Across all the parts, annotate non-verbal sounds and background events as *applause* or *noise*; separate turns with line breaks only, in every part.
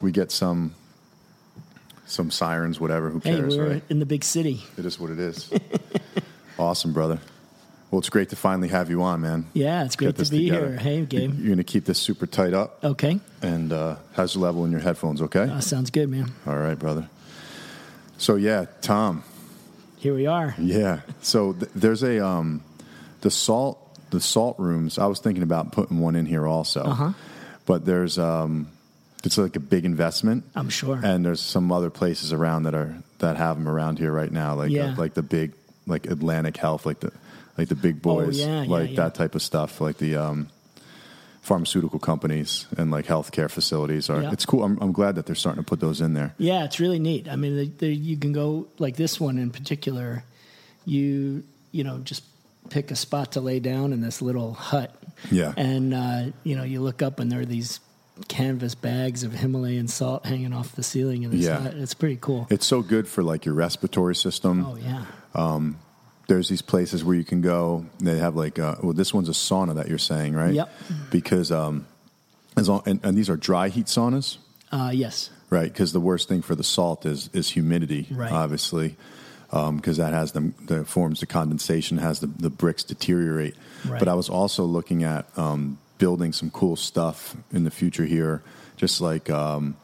we get some some sirens, whatever. Who
Hey,
cares,
we're
right?
in the big city.
It is what it is. *laughs* awesome, brother. Well, it's great to finally have you on, man.
Yeah, it's
Get
great
this
to be
together.
here. Hey, Gabe.
You're gonna keep this super tight up,
Okay,
and uh, how's the level in your headphones? Okay.
uh, sounds good, man.
All right, brother. So yeah, Tom.
Here we are.
Yeah. So th- there's a um, the salt the salt rooms. I was thinking about putting one in here also,
Uh-huh.
but there's um, it's like a big investment,
I'm sure.
and there's some other places around that are that have them around here right now, like
Yeah.
uh, like the big like Atlantic Health, like the like the big boys,
Oh, yeah, yeah,
like
yeah.
that type of stuff, like the. Um, pharmaceutical companies and like healthcare facilities are
Yeah.
it's cool I'm, I'm glad that they're starting to put those in there
Yeah, it's really neat. I mean, they, they, you can go like this one in particular. You you know just pick a spot to lay down in this little hut.
Yeah.
and uh, you know you look up and there are these canvas bags of Himalayan salt hanging off the ceiling in this
Yeah.
hut. It's pretty cool.
it's so good for like your respiratory system
oh yeah,
there's these places where you can go. They have like, uh, well, this one's a sauna that you're saying, right?
Yep.
Because um, as long, and, and these are dry heat saunas,
uh, yes,
right? Because the worst thing for the salt is is humidity,
Right.
obviously, because that has them the forms the condensation, has the the bricks deteriorate.
Right.
But I was also looking at um, building some cool stuff in the future here, just like. Um,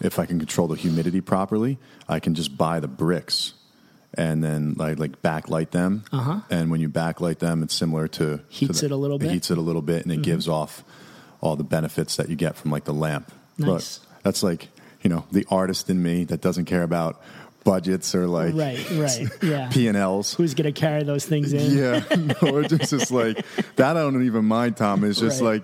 if I can control the humidity properly, I can just buy the bricks and then like like backlight them.
Uh-huh.
And when you backlight them, it's similar to
Heats
to
it a little bit? Mm-hmm.
heats it a little bit, and it gives off all the benefits that you get from like the lamp.
Nice.
But that's like you know the artist in me that doesn't care about budgets or like *laughs*
right, right, yeah.
P and Ls.
Who's gonna carry those things in?
Yeah, *laughs* no, it's just, it's like that. I don't even mind, Tom. It's just
Right.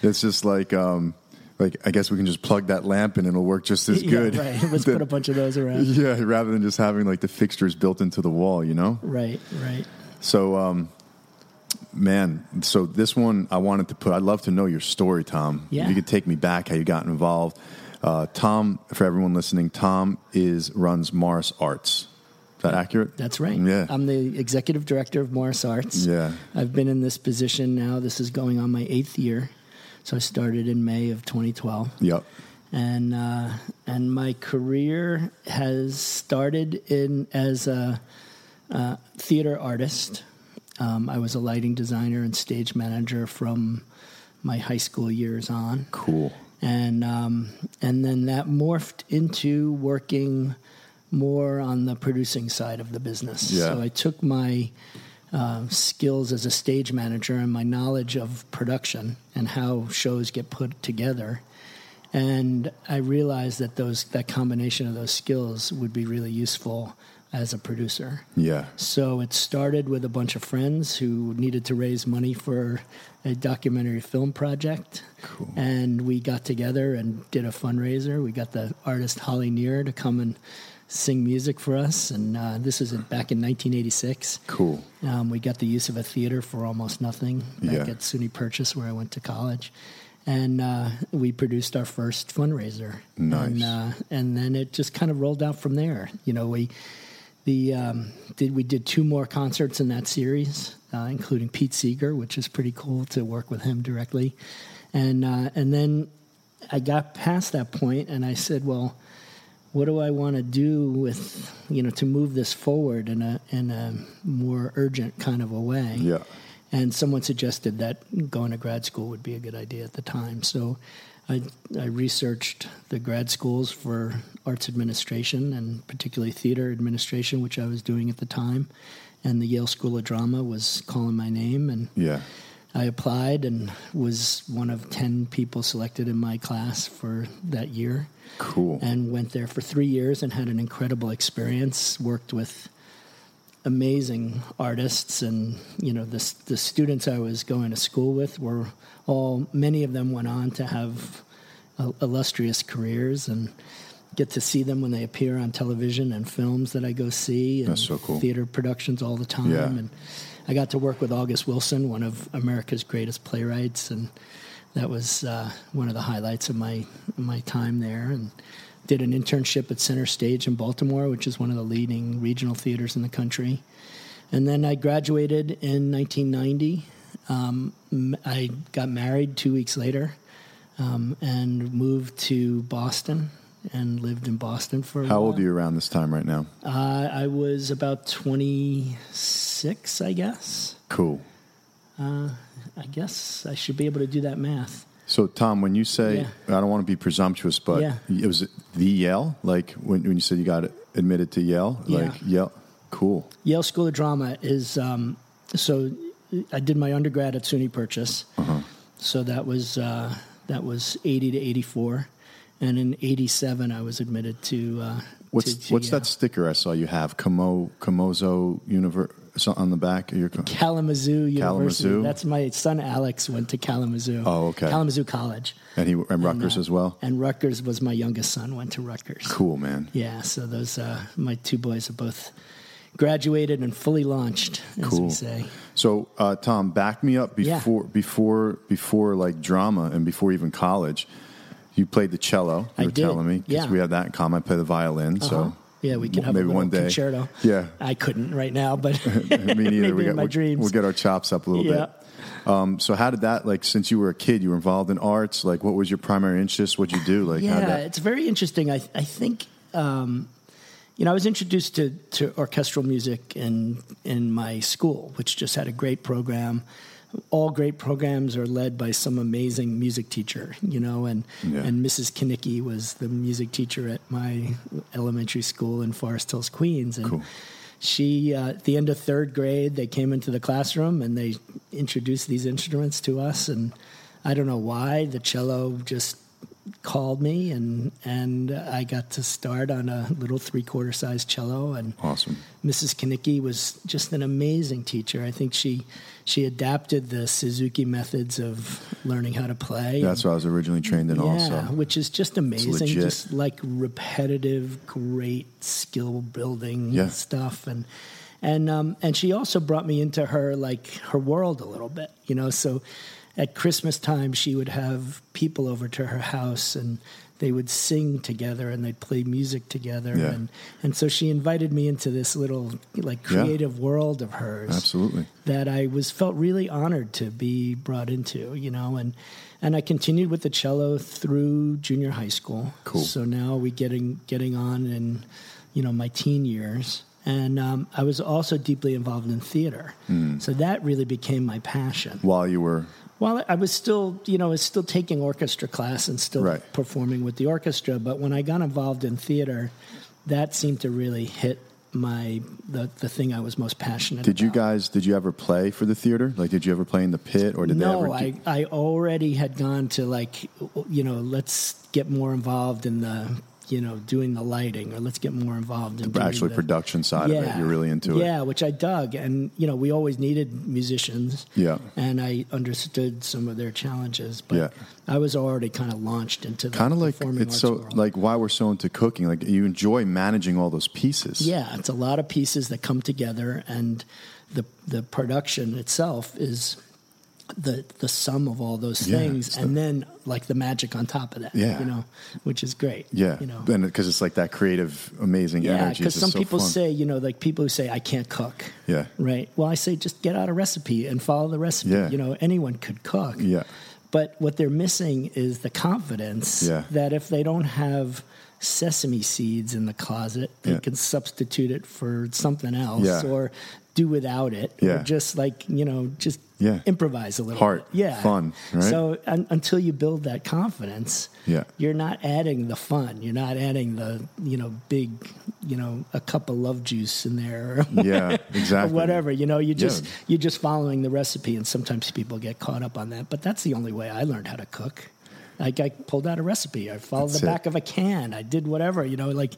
like it's just like um, like I guess we can just plug that lamp in and it'll work just as
*laughs* Yeah,
good.
right.
*laughs*
Let's
That-
put a bunch of those around.
yeah, rather than just having like the fixtures built into the wall, you know.
Right, right.
So, um, man, so this one I wanted to put. I'd love to know your story, Tom.
Yeah.
If you could take me back, how you got involved. Uh, Tom, for everyone listening, Tom is runs Morris Arts. Is that accurate?
That's right. Um,
Yeah.
I'm the executive director of Morris Arts.
Yeah.
I've been in this position now. This is going on my eighth year. So I started in May of 2012.
yep.
And, uh, and my career has started in as a uh, theater artist. Um, I was a lighting designer and stage manager from my high school years on
Cool.
and um, and then that morphed into working more on the producing side of the business.
Yeah.
So I took my uh, skills as a stage manager and my knowledge of production and how shows get put together, and I realized that those that combination of those skills would be really useful as a producer.
Yeah.
So it started with a bunch of friends who needed to raise money for a documentary film project.
Cool.
And we got together and did a fundraiser. We got the artist Holly Neer to come and sing music for us. And uh, this was in- back in 1986.
Cool.
Um, we got the use of a theater for almost nothing back
Yeah.
at SUNY Purchase, where I went to college. And uh, we produced our first fundraiser.
Nice.
And, uh, and then it just kind of rolled out from there. You know, we the um, did we did two more concerts in that series, uh, including Pete Seeger, which is pretty cool to work with him directly. And uh, and then I got past that point, and I said, well what do I want to do with you know to move this forward in a in a more urgent kind of a way?
Yeah.
And someone suggested that going to grad school would be a good idea at the time. So I I researched the grad schools for arts administration and particularly theater administration, which I was doing at the time. And the Yale School of Drama was calling my name and
Yeah.
I applied and was one of 10 people selected in my class for that year
Cool.
and went there for three years and had an incredible experience. Worked with amazing artists, and you know the s- the students I was going to school with were all many of them went on to have uh, illustrious careers and get to see them when they appear on television and films that I go see and
That's so cool.
theater productions all the time.
Yeah.
And I got to work with August Wilson, one of America's greatest playwrights, and that was uh, one of the highlights of my my time there. And did an internship at Center Stage in Baltimore, which is one of the leading regional theaters in the country. And then I graduated in 1990. Um, m- I got married two weeks later um, and moved to Boston and lived in Boston for. A
How
while.
old are you around this time right now?
Uh, I was about 26, I guess.
Cool.
I guess I should be able to do that math.
So, Tom, when you say
Yeah.
I don't want to be presumptuous, but
Yeah.
it was the Yale, like when, when you said you got admitted to Yale,
Yeah.
like Yale, cool.
Yale School of Drama is um, so. I did my undergrad at SUNY Purchase,
Uh-huh.
so that was uh, that was eighty to eighty four, and in eighty seven I was admitted to. Uh,
What's
to- to
what's
Yale.
that sticker I saw you have? Como Comozo Univer so- on the back of your. co-
Kalamazoo University.
Kalamazoo?
That's my son Alex went to Kalamazoo.
Oh, okay.
Kalamazoo College.
And he and Rutgers as well.
And Rutgers was my youngest son went to Rutgers.
Cool, man.
Yeah, so those uh, my two boys are both graduated and fully launched, as
Cool.
we say.
So, uh, Tom, back me up
Yeah.
before before before like drama and before even college. You played the cello. You
I
were
did,
telling me
yeah. Uh-huh.
we had that in common. I play the violin, so
Yeah, we can have
maybe
a little
one day.
concerto. *laughs*
Yeah,
I couldn't right now, but
*laughs*
*laughs*
me neither.
Maybe
we
in
got,
my
we'll,
dreams.
we'll get our chops up a little
Yeah.
bit. Um, so, how did that like? Since you were a kid, you were involved in arts. Like, what was your primary interest? What'd you do? Like, how'd
yeah,
that,
it's very interesting. I I think um, you know I was introduced to, to orchestral music in in my school, which just had a great program. All great programs are led by some amazing music teacher, you know, and
Yeah.
and Mrs. Kinnicky was the music teacher at my elementary school in Forest Hills, Queens, and.
Cool.
She, uh, at the end of third grade, they came into the classroom and they introduced these instruments to us. And I don't know why the cello just called me and and I got to start on a little three quarter size cello and
awesome.
Mrs. Kanicki was just an amazing teacher. I think she she adapted the Suzuki methods of learning how to play.
That's what I was originally trained in.
yeah,
Also,
which is just amazing.
legit.
Just like repetitive, great skill building
Yeah.
stuff and and um and she also brought me into her like her world a little bit, you know. So at Christmas time she would have people over to her house and they would sing together and they'd play music together
Yeah.
and and so she invited me into this little like
Yeah.
creative world of hers
absolutely.
that I was felt really honored to be brought into, you know, and and I continued with the cello through junior high school.
Cool.
So now we getting getting on in, you know, my teen years, and um, I was also deeply involved in theater.
Hmm.
So that really became my passion.
While you were
Well, I was still, you know, I was still taking orchestra class and still
Right.
performing with the orchestra. But when I got involved in theater, that seemed to really hit my the, the thing I was most passionate
Did you
about.
guys? Did you ever play for the theater? Like, did you ever play in the pit, or did
no,
they ever? do-
I, I already had gone to like, you know, let's get more involved in the, you know, doing the lighting or let's get more involved in doing
actually
the,
production side of it. You're really into it.
Yeah, which I dug. And, you know, we always needed musicians.
Yeah.
And I understood some of their challenges. But
Yeah.
I was already kind of launched into the
Kind of like
performing
it's
arts
so
world.
like why we're so into cooking. Like you enjoy managing all those pieces.
Yeah, it's a lot of pieces that come together, and the the production itself is the the sum of all those
Yeah,
things,
it's
and then like the magic on top of that.
Yeah.
you know, which is great.
yeah.
you know.
because it's like that creative, amazing
yeah,
energy.
because
It's
some
so
people
fun.
say, you know, like people who say, I can't cook.
Yeah.
Right. Well, I say, just get out a recipe and follow the recipe.
Yeah.
You know, anyone could cook.
Yeah.
But what they're missing is the confidence
Yeah.
that if they don't have sesame seeds in the closet, they
Yeah.
can substitute it for something else
Yeah.
or do without it.
Yeah.
Or just like, you know, just
Yeah.
improvise a little
Heart,
bit. Yeah.
fun, right?
So un- until you build that confidence,
Yeah.
you're not adding the fun. You're not adding the, you know, big, you know, a cup of love juice in there *laughs* or
Yeah, exactly.
or whatever. You know, you just
Yeah.
you're just following the recipe, and sometimes people get caught up on that. But that's the only way I learned how to cook. Like I pulled out a recipe, I followed
That's
the
it.
back of a can, I did whatever. You know, like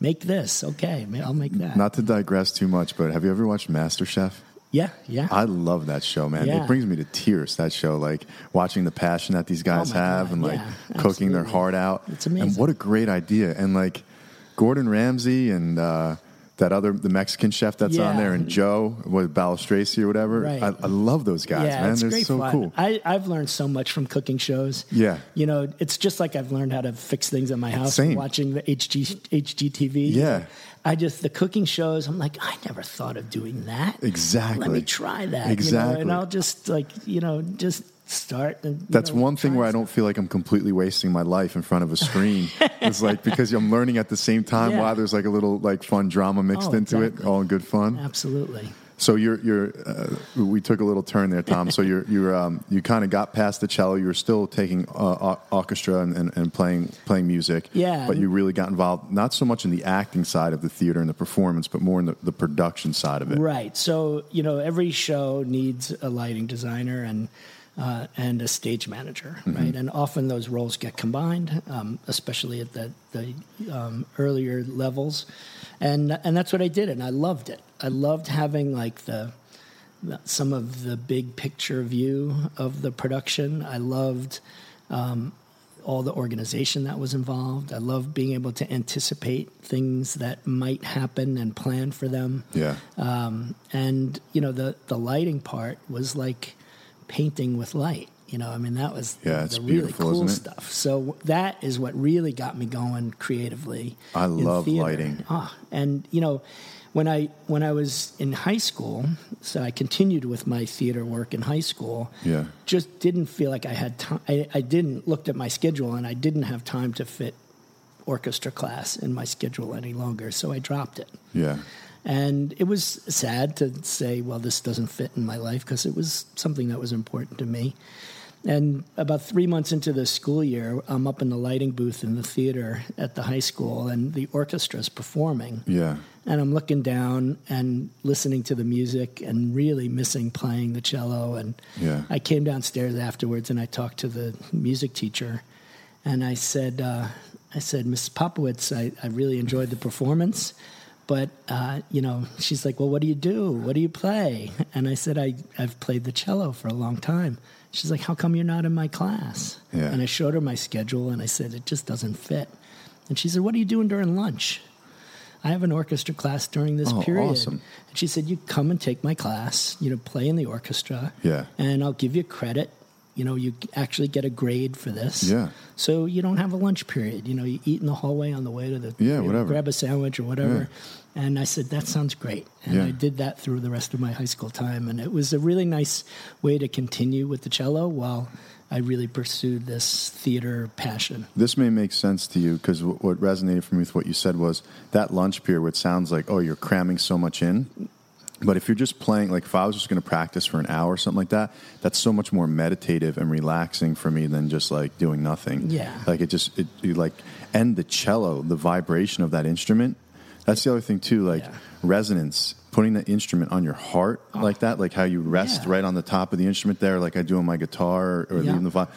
make this, okay, ma- I'll make that.
Not to digress too much, but have you ever watched MasterChef?
yeah, yeah.
I love that show, man.
Yeah.
It brings me to tears. That show, like watching the passion that these guys
Oh my
have,
God,
and like
yeah,
cooking their
absolutely.
heart out.
It's amazing.
And what a great idea! And like Gordon Ramsay and uh, that other the Mexican chef that's on
Yeah.
there, and Joe with Balastracci or whatever.
Right.
I, I love those guys,
yeah,
man.
it's
They're
great
so
fun.
cool.
I, I've learned so much from cooking shows.
Yeah.
you know, it's just like I've learned how to fix things in my house.
Same.
Watching the HG HGTV.
Yeah.
I just the cooking shows. I'm like, I never thought of doing that.
Exactly.
Let me try that. you know,
Exactly.
and I'll just like you know just start. And,
That's
you know,
one thing
try
where I don't feel like I'm completely wasting my life in front of a
*laughs*
screen. it's like because I'm learning at the same time
Yeah.
while there's like a little like fun drama mixed
Oh,
into it,
exactly.
all in good fun.
Absolutely.
So you're you're uh, we took a little turn there, Tom. so you're *laughs* you're um, you kind of got past the cello. You were still taking uh, or- orchestra and, and, and playing playing music.
Yeah.
but you really got involved not so much in the acting side of the theater and the performance, but more in the, the production side of it.
Right. So you know, every show needs a lighting designer and uh, and a stage manager,
Mm-hmm.
right? And often those roles get combined, um, especially at the the um, earlier levels, and and that's what I did, and I loved it. I loved having like the some of the big picture view of the production. I loved um, all the organization that was involved. I love being able to anticipate things that might happen and plan for them.
Yeah.
Um, and you know the the lighting part was like painting with light. You know, I mean that was
Yeah,
the,
it's
really
beautiful,
cool
isn't it?
stuff. So that is what really got me going creatively.
I
in
love
theater.
lighting.
Ah, and you know, when I when I was in high school, so I continued with my theater work in high school.
Yeah.
just didn't feel like I had time. I, I didn't looked at my schedule, and I didn't have time to fit orchestra class in my schedule any longer. So I dropped it.
Yeah.
And it was sad to say, well, this doesn't fit in my life because it was something that was important to me. And about three months into the school year, I'm up in the lighting booth in the theater at the high school, and the orchestra's performing.
Yeah.
And I'm looking down and listening to the music and really missing playing the cello. And
Yeah.
I came downstairs afterwards and I talked to the music teacher and I said, uh, I said, Miss Popowitz, I, I really enjoyed the performance. But, uh, you know, she's like, well, what do you do? What do you play? And I said, I, I've played the cello for a long time. She's like, how come you're not in my class?
Yeah.
And I showed her my schedule and I said, it just doesn't fit. And she said, what are you doing during lunch? I have an orchestra class during this
Oh,
period.
awesome.
And she said, You come and take my class, you know, play in the orchestra.
Yeah.
And I'll give you credit. You know, you actually get a grade for this.
Yeah.
So you don't have a lunch period. You know, you eat in the hallway on the way to the,
Yeah,
you know,
whatever.
grab a sandwich or whatever. And I said, That sounds great. And
Yeah.
I did that through the rest of my high school time. And it was a really nice way to continue with the cello while I really pursued this theater passion.
This may make sense to you because what what resonated for me with what you said was that lunch period, which sounds like, oh, you're cramming so much in. But if you're just playing, like if I was just going to practice for an hour or something like that, that's so much more meditative and relaxing for me than just like doing nothing.
Yeah.
Like it just, it, you like, and the cello, the vibration of that instrument. That's the other thing too, like
Yeah. Oh.
resonance, putting the instrument on your heart like that, like how you rest
Yeah.
right on the top of the instrument there, like I do on my guitar or, or
Yeah.
even the violin.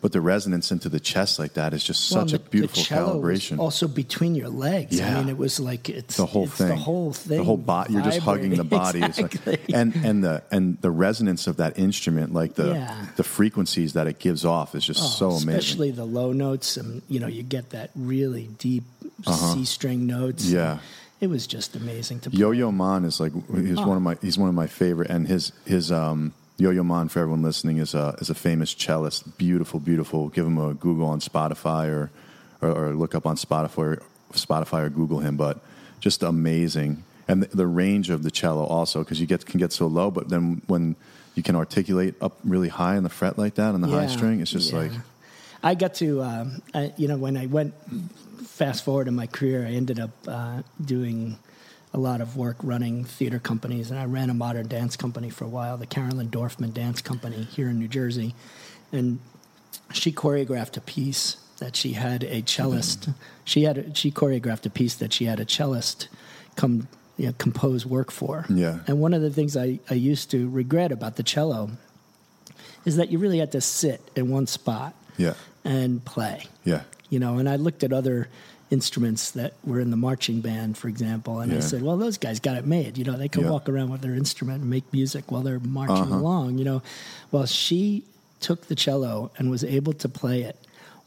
But the resonance into the chest like that is just
Well,
such
and
a
the- the
beautiful
cello was
calibration.
Also between your legs.
Yeah.
I mean, it was like it's
the whole
it's
thing,
The whole thing.
the whole body. You're just hugging
*laughs*
the
vibrating.
body. It's like-
Exactly.
and and the and the resonance of that instrument, like the
Yeah.
the frequencies that it gives off, is just so amazing.
Oh, especially the low notes, and you know, you get that really deep C string notes.
Uh-huh. Yeah.
It was just amazing to play.
Yo Yo Man is like he's one of my he's one of my favorite, and his his um Yo Yo Man for everyone listening is a is a famous cellist, beautiful, beautiful. Give him a Google on Spotify or or, or look up on Spotify or, Spotify or Google him, but just amazing. And the, the range of the cello also because you get can get so low, but then when you can articulate up really high on the fret like that on the high
Yeah.
string, it's just
Yeah.
like
I got to, um, I, you know, when I went fast forward in my career, I ended up uh, doing a lot of work running theater companies, and I ran a modern dance company for a while, the Carolyn Dorfman Dance Company here in New Jersey, and she choreographed a piece that she had a cellist. She had a, she choreographed a piece that she had a cellist come you know, compose work for.
Yeah.
And one of the things I, I used to regret about the cello is that you really had to sit in one spot
yeah,
and play.
yeah,
You know, and I looked at other instruments that were in the marching band, for example, and
Yeah.
I said, well, those guys got it made. You know, they can
Yeah. Uh-huh.
walk around with their instrument and make music while they're marching along, you know. Well, she took the cello and was able to play it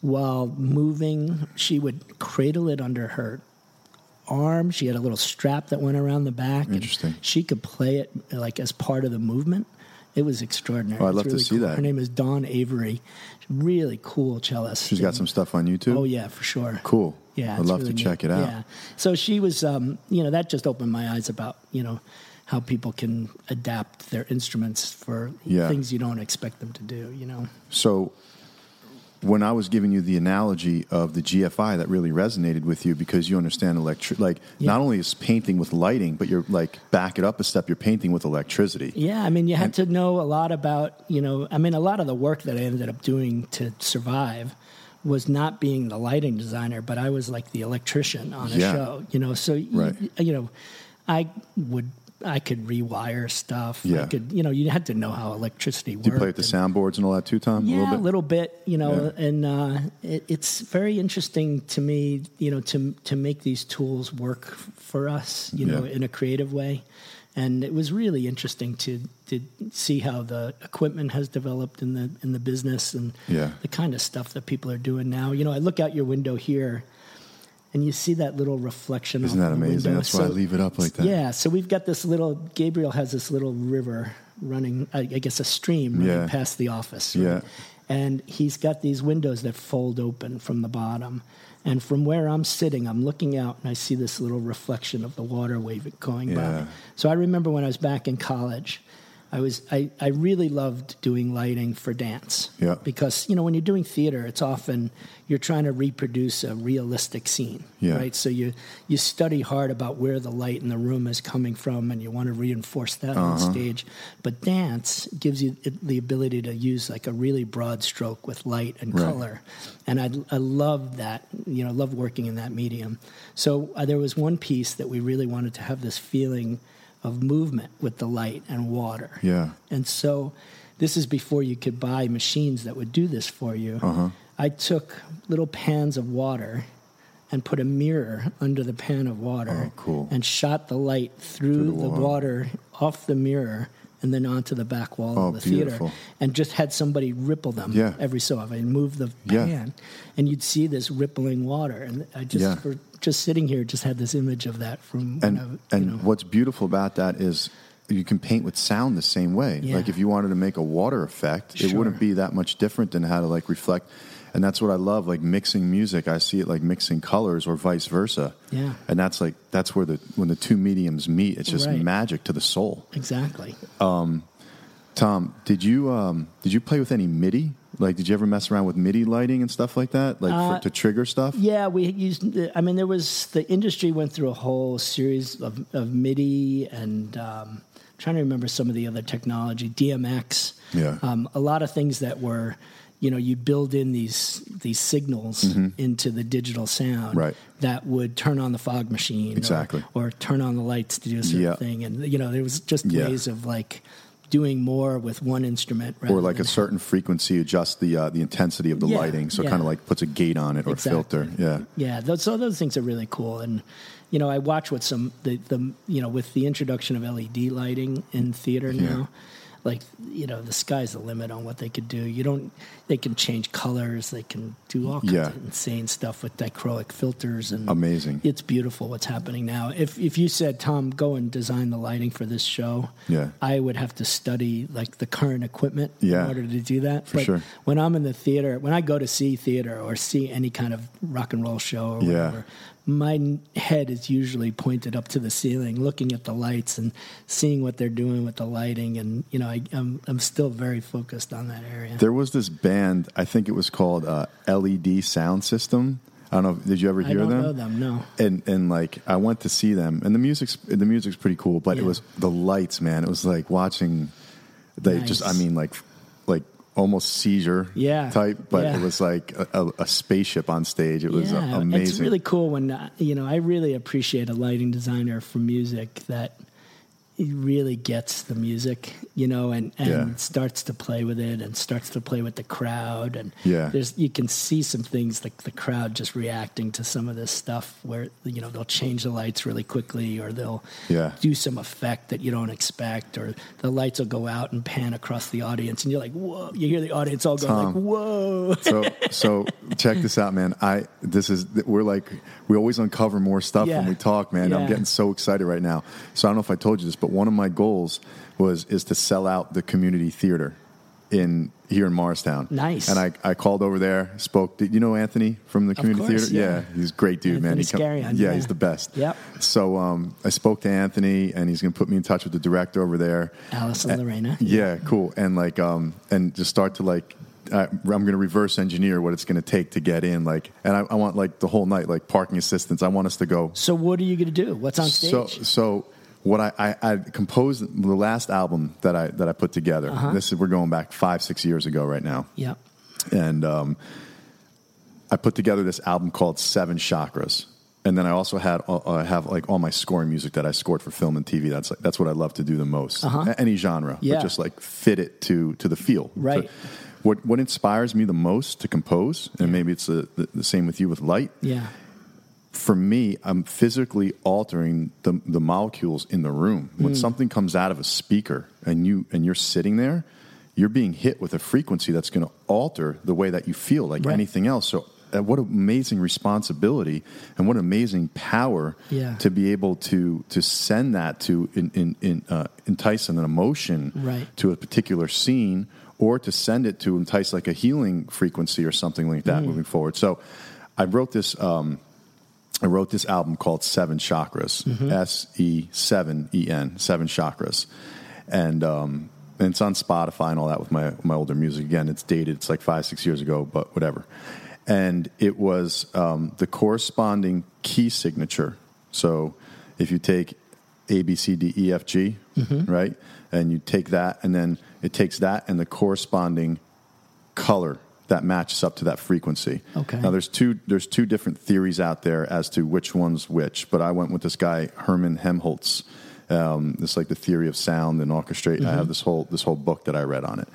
while moving. She would cradle it under her arm. She had a little strap that went around the back. and
Interesting.
she could play it like as part of the movement. It was extraordinary.
Oh, I'd
It's
love to
really
see
cool.
that.
Her name is Dawn Avery. Really cool cellist.
she's got some stuff on YouTube.
Oh yeah, for sure.
cool.
Yeah,
I'd
it's
love
really
to
neat.
check it out.
Yeah. So she was, um, you know, that just opened my eyes about you know how people can adapt their instruments for
Yeah.
things you don't expect them to do. You know,
So when I was giving you the analogy of the GFI, that really resonated with you because you understand electric. Like
Yeah.
not only is painting with lighting, but you're like back it up a step. You're painting with electricity.
Yeah, I mean, you had to know a lot about, you know, I mean, a lot of the work that I ended up doing to survive was not being the lighting designer, but I was like the electrician on a
Yeah.
show, you know. So, y-
Right.
you know, I would, I could rewire stuff.
Yeah.
I could, you know, you had to know how electricity worked.
Do you play with the
and-
soundboards and all that too, Tom?
yeah,
a little bit.
you know,
Yeah.
and uh, it, it's very interesting to me, you know, to to make these tools work for us, you know,
Yeah.
in a creative way. And it was really interesting to to see how the equipment has developed in the in the business and
Yeah.
the kind of stuff that people are doing now. You know, I look out your window here, and you see that little reflection.
Isn't that
off the
amazing?
window.
That's why I leave it up like that.
Yeah. So we've got this little. Gabriel has this little river running. I, I guess a stream running
Yeah.
past the office.
Yeah.
And he's got these windows that fold open from the bottom. And from where I'm sitting, I'm looking out and I see this little reflection of the water wave going
Yeah.
by. So I remember when I was back in college, I was I, I really loved doing lighting for dance.
Yeah.
Because, you know, when you're doing theater, it's often you're trying to reproduce a realistic scene.
Yeah.
Right. So you you study hard about where the light in the room is coming from and you want to reinforce that on stage. But dance gives you it- the ability to use like a really broad stroke with light and
Right.
color. And I, I love that, you know, love working in that medium. So uh, there was one piece that we really wanted to have this feeling of movement with the light and water.
Yeah.
And so this is before you could buy machines that would do this for you.
Uh-huh.
I took little pans of water and put a mirror under the pan of water
Oh, cool.
and shot the light through,
Through the
the,
water.
water off the mirror and then onto the back wall
Oh,
of the
beautiful.
theater and just had somebody ripple them
Yeah.
every so often move the
Yeah.
pan and you'd see this rippling water and I just
Yeah.
for just sitting here just had this image of that from when
And
I was- you
and
know.
what's beautiful about that is you can paint with sound the same way.
Yeah.
Like if you wanted to make a water effect, it
Sure.
wouldn't be that much different than how to like reflect. And that's what I love, like mixing music. I see it like mixing colors or vice versa.
Yeah.
And that's like that's where the when the two mediums meet, it's just
Right.
magic to the soul.
exactly
Tom, did you um, did you play with any MIDI? Like, did you ever mess around with MIDI lighting and stuff like that, like
Uh,
for, to trigger stuff?
Yeah, we used. I mean, there was the industry went through a whole series of, of MIDI and um, trying to remember some of the other technology, DMX.
Yeah.
um, a lot of things that were, you know, you build in these these signals into the digital sound
Mm-hmm. Right.
that would turn on the fog machine or-
Exactly.
or, turn on the lights to do a certain
Yeah.
thing, and you know, there was just
Yeah.
ways of like doing more with one instrument rather
Or like a
than-
certain frequency adjusts the uh, the intensity of the
Yeah,
lighting, so
yeah.
kind of like puts a gate on it or
Exactly.
filter. Yeah,
Yeah, those, so those things are really cool, and you know, I watch what some the, the you know with the introduction of LED lighting in theater now, like you know the sky's the limit on what they could do. You don't they can change colors, they can do all kinds
Yeah.
of insane stuff with dichroic filters and
Amazing.
It's beautiful what's happening now. If if you said Tom, go and design the lighting for this show,
Yeah.
I would have to study like the current equipment
Yeah.
in order to do that
For
but
sure.
when I'm in the theater, when I go to see theater or see any kind of rock and roll show or
Yeah.
whatever, my n- head is usually pointed up to the ceiling, looking at the lights and seeing what they're doing with the lighting. And you know, I, I'm I'm still very focused on that area.
there was this band. I think it was called uh, LED Sound System. I don't know. Did you ever
I
hear
don't
them?
know them. No,
And and like I went to see them, and the music's the music's pretty cool, but it
Yeah.
was the lights, man. It was like watching. They just, I
Nice.
mean, like like almost seizure
Yeah.
type, but
Yeah.
it was like a, a, a spaceship on stage. It was uh,
yeah,
amazing.
It's really cool when uh, you know. I really appreciate a lighting designer for music that he really gets the music, you know, and and
Yeah.
starts to play with it and starts to play with the crowd and
Yeah.
there's you can see some things like the crowd just reacting to some of this stuff where you know they'll change the lights really quickly or they'll
Yeah.
do some effect that you don't expect or the lights will go out and pan across the audience and you're like whoa you hear the audience all go like whoa
so so check this out man i this is we're like we always uncover more stuff when
Yeah.
we talk man i'm
Yeah.
getting so excited right now so i don't know if i told you this but one of my goals was is to sell out the community theater in here in Morristown.
Nice.
And I, I called over there, spoke. To, you know Anthony from the community
course,
theater?
yeah.
he's a great dude, man.
Anthony
He come-
Scarion,
yeah,
yeah.
he's the best.
Yep.
So um, I spoke to Anthony, and he's going to put me in touch with the director over there.
Allison Lorena.
Yeah, cool. And like, um, and just start to like, uh, I'm going to reverse engineer what it's going to take to get in. Like, and I, I want like the whole night, like parking assistance. I want us to go
So what are you going to do? What's on stage?
so, so what I, I, I composed the last album that I that I put together.
Uh-huh.
This is we're going back five six years ago right now,
yep.
and um, I put together this album called Seven Chakras. And then I also had uh, I have like all my scoring music that I scored for film and TV. That's like, that's what I love to do the most. A- Any genre,
Uh-huh. Yeah.
but just like fit it to to the feel. So
Right.
what what inspires me the most to compose, and maybe it's the, the, the same with you with light
Yeah.
for me, I'm physically altering the, the molecules in the room. When
Mm.
something comes out of a speaker and you and you're sitting there, you're being hit with a frequency that's going to alter the way that you feel, like
Right.
anything else. So, uh, what amazing responsibility and what amazing power
Yeah.
to be able to to send that to in, in, in, uh, entice an emotion
Right.
to a particular scene or to send it to entice like a healing frequency or something like
Mm.
that moving forward. So I wrote this um, I wrote this album called Seven Chakras, S E seven E N, Seven Chakras, and um, and it's on Spotify and all that with my my older music. Again, it's dated; it's like five six years ago, but whatever. And it was um, the corresponding key signature. So if you take A B C D E F G, right, and you take that, and then it takes that and the corresponding color that matches up to that frequency.
Okay.
Now there's two there's two different theories out there as to which one's which, but I went with this guy Herman Helmholtz. Um, it's like the theory of sound and orchestrate. I
Mm-hmm.
have this whole this whole book that I read on it,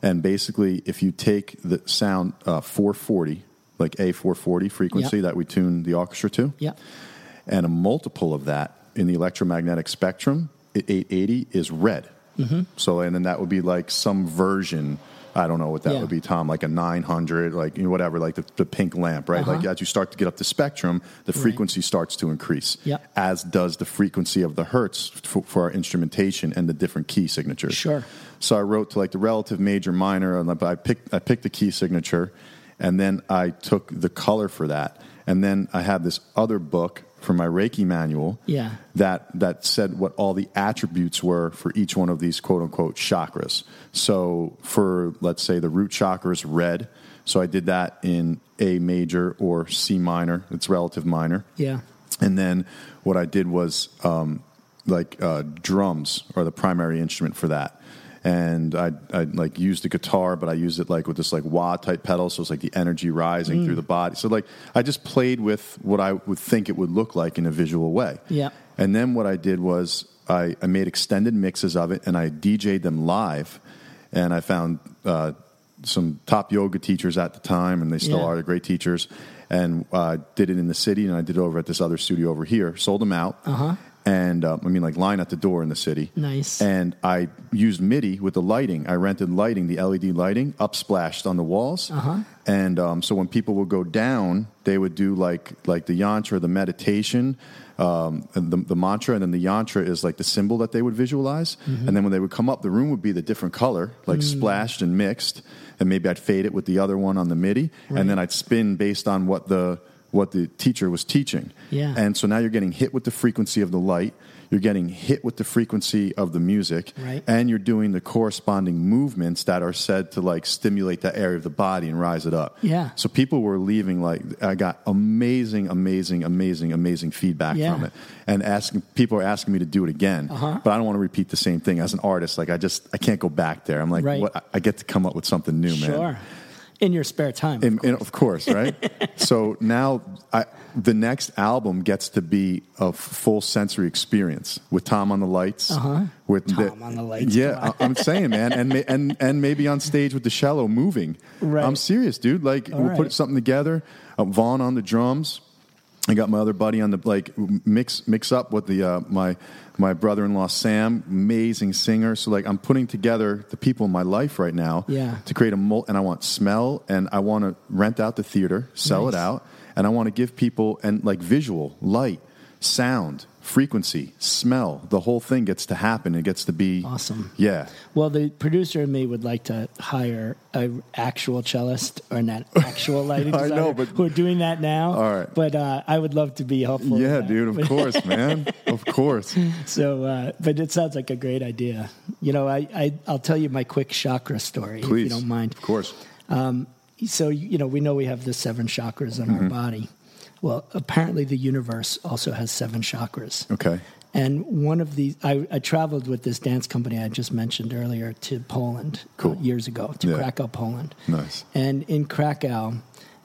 and basically, if you take the sound uh, 440, like a 440 frequency
Yep.
that we tune the orchestra to,
Yep.
and a multiple of that in the electromagnetic spectrum at 880 is red.
Mm-hmm.
So, and then that would be like some version. I don't know what that
Yeah.
would be, Tom, like a 900, like you know, whatever, like the, the pink lamp, right?
Uh-huh.
Like as you start to get up the spectrum, the frequency starts to increase,
Yep.
as does the frequency of the hertz for, for our instrumentation and the different key signatures.
Sure.
So I wrote to like the relative major minor, and I picked I picked the key signature, and then I took the color for that, and then I had this other book for my Reiki manual.
Yeah.
That that said what all the attributes were for each one of these quote unquote chakras. So for let's say the root chakra is red, so I did that in A major or C minor. It's relative minor.
Yeah.
And then what I did was um, like uh, drums are the primary instrument for that. And I, I like used the guitar, but I used it like with this like wah type pedal, so it's like the energy rising through the body. So like I just played with what I would think it would look like in a visual way.
Yeah.
And then what I did was I, I made extended mixes of it and I DJ'd them live. And I found uh, some top yoga teachers at the time, and they still
Yeah.
are. They're great teachers. And uh, did it in the city, and I did it over at this other studio over here. Sold them out. Uh-huh. And uh, I mean, like line at the door in the city.
Nice.
And I used MIDI with the lighting. I rented lighting, the LED lighting, upsplashed on the walls. Uh-huh. And um, so when people would go down, they would do like like the yantra, the meditation, um, and the, the mantra, and then the yantra is like the symbol that they would visualize. And then when they would come up, the room would be the different color, like splashed and mixed. And maybe I'd fade it with the other one on the MIDI, and then I'd spin based on what the what the teacher was teaching.
Yeah.
And so now you're getting hit with the frequency of the light, you're getting hit with the frequency of the music,
Right.
and you're doing the corresponding movements that are said to like stimulate that area of the body and rise it up.
Yeah.
So people were leaving like I got amazing, amazing, amazing, amazing feedback
Yeah.
from it, and asking people are asking me to do it again,
Uh-huh.
but I don't want to repeat the same thing. As an artist, like I just I can't go back there. I'm like,
Right.
what? I get to come up with something new, man.
Sure. In your spare time.
And, and of course,
*laughs*
right? so now I, the next album gets to be a full sensory experience with Tom on the lights. Uh-huh. With
Tom on the lights,
Yeah, I, am saying, man, and ma- and and maybe on stage with the shallow moving.
Right.
I'm serious, dude. Like we'll
right.
put something together. Uh, Vaughn on the drums. I got my other buddy on the like mix mix up with the uh, my my brother in law Sam, amazing singer. So like I'm putting together the people in my life right now
Yeah.
to create a mul- and I want smell and I want to rent out the theater, sell
Nice.
it out, and I want to give people and like visual light. sound, frequency, smell, the whole thing gets to happen. It gets to be
Awesome.
Yeah.
Well, the producer and me would like to hire an actual cellist or an
*laughs*
actual lighting
I
designer.
know, but-
we're doing that now.
All right.
but uh, I would love to be helpful. with
Yeah,
that.
dude,
*laughs*
of course, man. Of course.
So, uh, but it sounds like a great idea. You know, I, I I'll tell you my quick chakra story
Please.
if you don't mind.
Of course.
So, you know, we know we have the seven chakras in
Mm-hmm.
our body. Well, apparently, the universe also has seven chakras.
Okay.
And one of these, I, I traveled with this dance company I just mentioned earlier to Poland uh,
Cool.
years ago, to
Yeah.
Krakow, Poland.
Nice.
And in Krakow,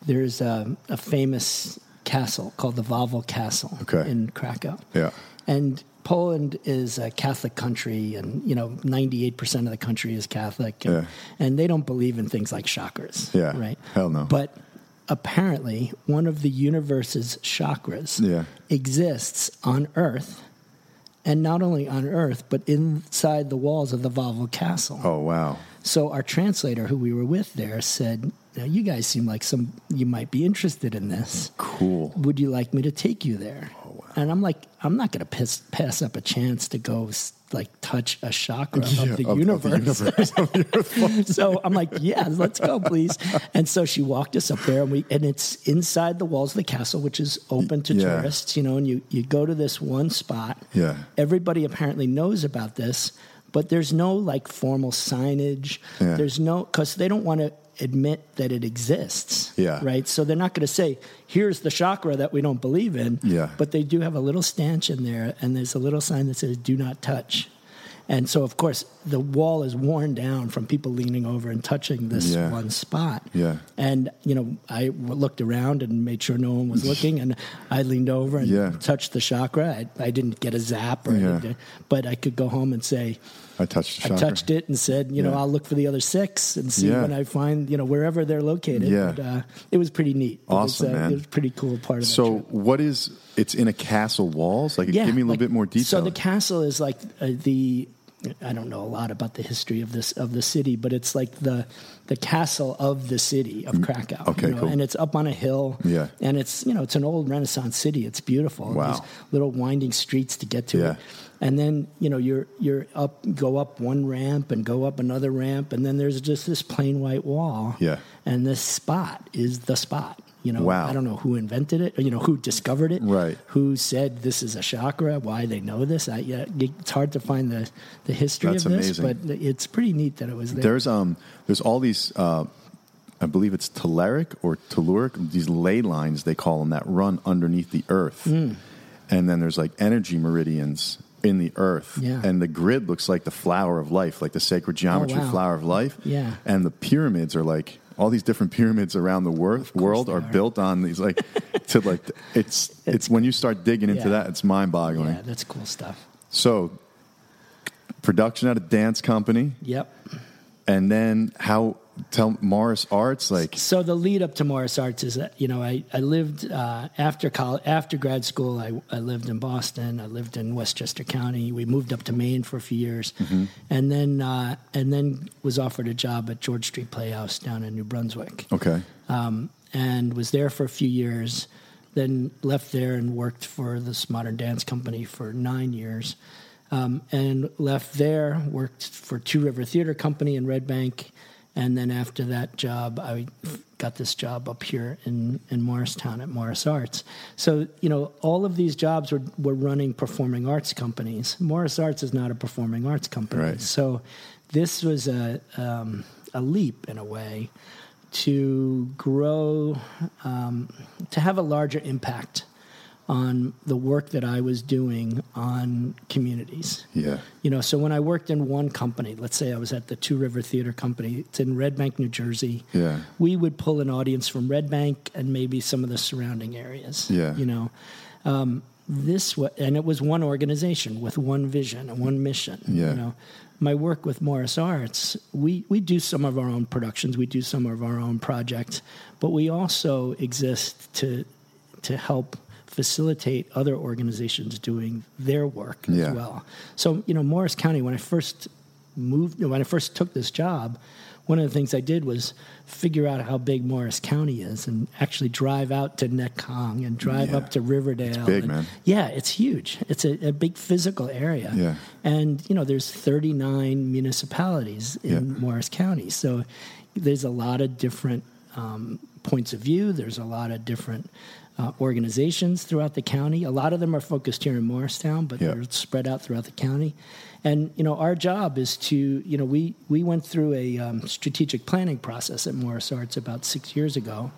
there's a, a famous castle called the Wawel Castle
Okay.
in Krakow.
Yeah.
And Poland is a Catholic country, and you know, 98% of the country is Catholic, and,
Yeah.
and they don't believe in things like chakras.
Yeah.
Right?
Hell no.
But apparently, one of the universe's chakras
Yeah.
exists on Earth, and not only on Earth, but inside the walls of the Valvo Castle.
Oh wow.
So our translator, who we were with there, said, now, "You guys seem like some you might be interested in this.
Cool. Oh,
Would you like me to take you there?" And I'm like, "I'm not going to piss, pass up a chance to go s- like touch a chakra
Yeah,
of the
of- of
universe."
the universe.
*laughs* so I'm like, "Yeah, let's go, please." And so she walked us up there, and we and it's inside the walls of the castle, which is open to
Yeah.
tourists, you know. And you you go to this one spot.
Yeah.
Everybody apparently knows about this, but there's no like formal signage.
Yeah.
There's no because they don't want to admit that it exists.
Yeah.
Right. So they're not going to say, "Here's the chakra that we don't believe in."
Yeah.
But they do have a little stanch in there, and there's a little sign that says, "Do not touch." And so, of course, the wall is worn down from people leaning over and touching this
Yeah.
one spot.
Yeah.
And you know, I w- looked around and made sure no one
*laughs*
was looking, and I leaned over and
Yeah.
touched the chakra. I, I didn't get a zap or
Yeah.
anything, but I could go home and say
I touched the
I
chakra.
touched it and said, you know,
Yeah.
I'll look for the other six and see
Yeah.
when I find you know wherever they're located.
Yeah.
But, uh, it was pretty neat. It was, uh,
Awesome, man.
It was a pretty cool part of that
So
trip.
what is it's in a castle walls? Like
Yeah,
give me a little
like-
bit more detail.
So the castle is like uh, the I don't know a lot about the history of this of the city, but it's like the the castle of the city of Krakow.
Mm, okay,
you know,
cool.
And it's up on a hill.
Yeah.
and it's you know it's an old Renaissance city. It's beautiful.
Wow.
These little winding streets to get to
Yeah.
it. And then you know you're you're up go up one ramp and go up another ramp and then there's just this plain white wall.
Yeah.
And this spot is the spot. You know
Wow.
I don't know who invented it or you know who discovered it.
Right.
Who said this is a chakra? Why they know this? I, yeah, it's hard to find the, the history
That's
of this,
amazing.
but it's pretty neat that it was there.
There's um there's all these uh, I believe it's telluric or telluric these ley lines they call them that run underneath the earth.
Hmm.
And then there's like energy meridians in the earth
Yeah. Oh,
and the grid looks like the flower of life, like the sacred geometry
wow.
flower of life.
Yeah.
And the pyramids are like all these different pyramids around the wor- world
they
are,
are.
built on these like to like it's, it's when you start digging into
Yeah.
that it's mind-boggling.
yeah, that's cool stuff.
So production at a dance company
Yep.
and then how tell Morris Arts like
So the lead up to Morris Arts is that you know I I lived uh, after college after grad school I I lived in Boston I lived in Westchester County we moved up to Maine for a few years
Mm-hmm.
and then uh, and then was offered a job at George Street Playhouse down in New Brunswick
okay
um, and was there for a few years. Then left there and worked for this modern dance company for nine years. Um, and left there, worked for Two River Theater Company in Red Bank. And then after that job, I got this job up here in, in Morristown at Morris Arts. So, you know, all of these jobs were, were running performing arts companies. Morris Arts is not a performing arts company.
Right.
So this was a, um, a leap in a way to grow, um, to have a larger impact on the work that I was doing on communities.
yeah
You know, so when I worked in one company, let's say I was at the Two River Theater Company, it's in Red Bank, New Jersey.
Yeah.
We would pull an audience from Red Bank and maybe some of the surrounding areas.
Yeah.
You know, um, this was, and it was one organization with one vision and one mission.
Yeah.
You know, my work with Morris Arts, we, we do some of our own productions, we do some of our own projects, but we also exist to to help facilitate other organizations doing their work
Yeah.
as well. So, you know, Morris County, when I first moved, when I first took this job, one of the things I did was figure out how big Morris County is and actually drive out to Nekong and drive
Yeah.
up to Riverdale.
It's big,
and-
man.
Yeah, it's huge. It's a, a big physical area.
Yeah.
And, you know, there's 39 municipalities in
Yeah.
Morris County. So there's a lot of different um, points of view. There's a lot of different uh, organizations throughout the county. A lot of them are focused here in Morristown, but
Yeah.
they're spread out throughout the county. And you know, our job is to you know we we went through a um, strategic planning process at Morris Arts about six years ago,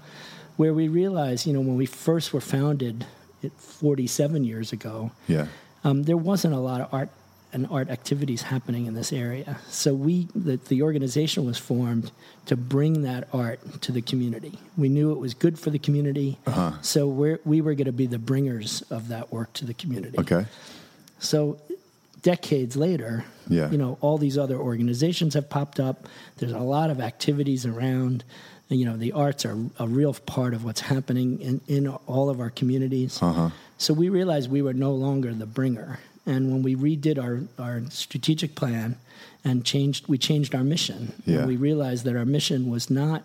where we realized you know when we first were founded, it, 47 years ago,
Yeah.
um, there wasn't a lot of art and art activities happening in this area. So we, the, the organization was formed to bring that art to the community. We knew it was good for the community, so we're, we were going to be the bringers of that work to the community.
Okay.
So decades later,
Yeah.
you know, all these other organizations have popped up. There's a lot of activities around. And, you know, the arts are a real part of what's happening in, in all of our communities.
Uh-huh.
So we realized we were no longer the bringer. And when we redid our, our strategic plan and changed, we changed our mission. And
Yeah.
we realized that our mission was not